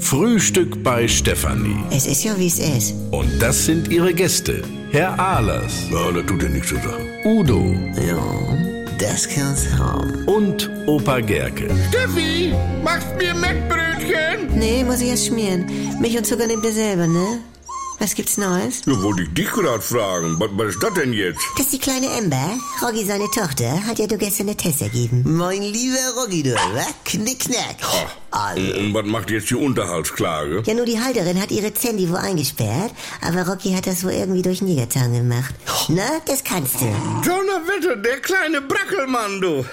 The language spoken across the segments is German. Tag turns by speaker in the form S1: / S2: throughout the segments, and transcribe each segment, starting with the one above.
S1: Frühstück bei Stefanie.
S2: Es ist ja, wie es ist.
S1: Und das sind ihre Gäste. Herr Ahlers,
S3: Ja, das tut dir nichts zu sagen.
S1: Udo
S2: Ja, das kann's haben.
S1: und Opa Gerke.
S4: Steffi, machst mir Mettbrötchen?
S2: Nee, muss ich erst schmieren. Milch und Zucker nehmt ihr selber, ne? Was gibt's Neues?
S3: Ja, wollte ich dich gerade fragen. Was, was ist das denn jetzt?
S2: Das ist die kleine Amber. Roggi, seine Tochter, hat ja du gestern eine Test ergeben.
S5: Mein lieber Roggi, du, wa? Knickknack. Also,
S3: Und, und was macht jetzt die Unterhaltsklage?
S2: Ja, nur die Halterin hat ihre Zendi wo eingesperrt, aber Rocky hat das wohl irgendwie durch Negertan gemacht. Na, das kannst du.
S4: Donnerwetter, der kleine Brackelmann, du.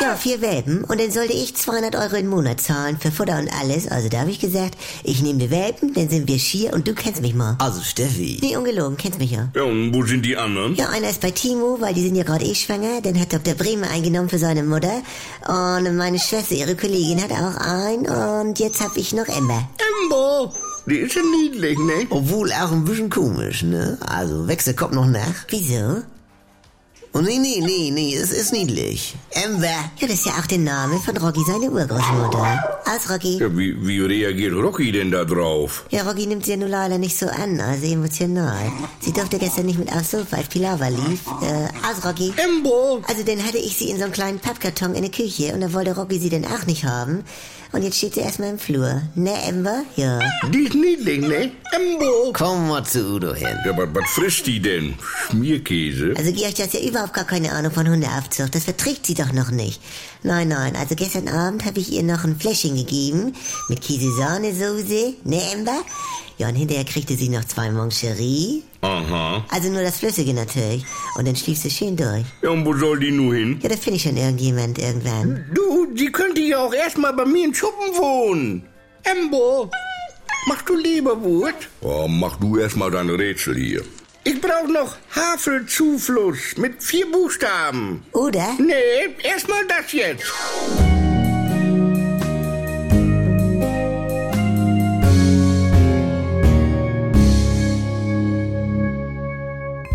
S2: Ja, vier Welpen und dann sollte ich 200 Euro im Monat zahlen für Futter und alles. Also da habe ich gesagt, ich nehme die Welpen, dann sind wir schier und du kennst mich mal.
S5: Also Steffi,
S2: Nee, ungelogen, kennst mich ja.
S3: Ja, und wo sind die anderen?
S2: Ja, einer ist bei Timo, weil die sind ja gerade eh schwanger. Dann hat Dr. Bremer eingenommen für seine Mutter. Und meine Schwester, ihre Kollegin, hat auch einen. Und jetzt habe ich noch Ember.
S4: Embo, die ist ja niedlich, ne?
S5: obwohl auch ein bisschen komisch, ne? Also Wechselkopf noch nach.
S2: Wieso?
S5: Und nee, nee, nee, nee, es ist niedlich. Amber.
S2: Ja, das ist ja auch der Name von Rocky, seine Urgroßmutter. Aus, Rocky.
S3: Ja, wie, wie reagiert Rocky denn da drauf?
S2: Ja, Rocky nimmt sie ja nur leider nicht so an, also emotional. Sie durfte gestern nicht mit aufs Sofa, als Pilawa lief. Äh, aus, Rocky.
S4: Embo,
S2: Also dann hatte ich sie in so einem kleinen Pappkarton in der Küche und dann wollte Rocky sie dann auch nicht haben. Und jetzt steht sie erstmal im Flur. Ne, Amber? Ja.
S4: die ist niedlich, ne? Embo.
S5: Komm mal zu Udo hin.
S3: Ja, was, was frisst die denn? Schmierkäse?
S2: Also Georg, das ist ja überhaupt gar keine Ahnung von Hundeaufzucht. Das verträgt sie doch noch nicht. Nein, nein, also gestern Abend habe ich ihr noch ein Fläschchen gegeben mit Käse-Sahne-Soße, ne Amber? Ja, und hinterher kriegte sie noch zwei Moncherie.
S3: Aha.
S2: Also nur das Flüssige natürlich. Und dann schlief sie schön durch.
S3: Ja, und wo soll die nun hin?
S2: Ja, das finde ich schon irgendjemand irgendwann.
S4: Du, die könnte ja auch erstmal bei mir in Schuppen wohnen. Embo, machst du Leberwurst?
S3: Oh, mach du erstmal dein Rätsel hier.
S4: Ich brauch noch Havelzufluss mit vier Buchstaben.
S2: Oder?
S4: Nee, erstmal das jetzt.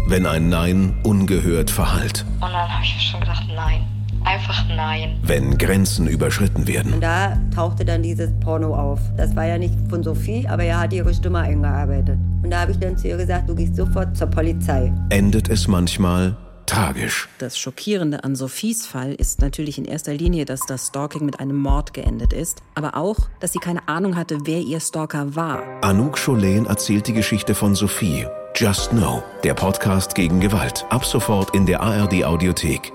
S6: wenn ein Nein ungehört verhallt,
S7: Und dann habe ich mir schon gedacht, nein. Einfach nein.
S6: wenn Grenzen überschritten werden,
S8: Und da tauchte dann dieses Porno auf. Das war ja nicht von Sophie, aber er hat ihre Stimme eingearbeitet. Und da habe ich dann zu ihr gesagt, du gehst sofort zur Polizei.
S6: endet es manchmal tragisch.
S9: Das Schockierende an Sophies Fall ist natürlich in erster Linie, dass das Stalking mit einem Mord geendet ist, aber auch, dass sie keine Ahnung hatte, wer ihr Stalker war.
S6: Anouk Choleen erzählt die Geschichte von Sophie. Just Know, der Podcast gegen Gewalt. Ab sofort in der ARD Audiothek.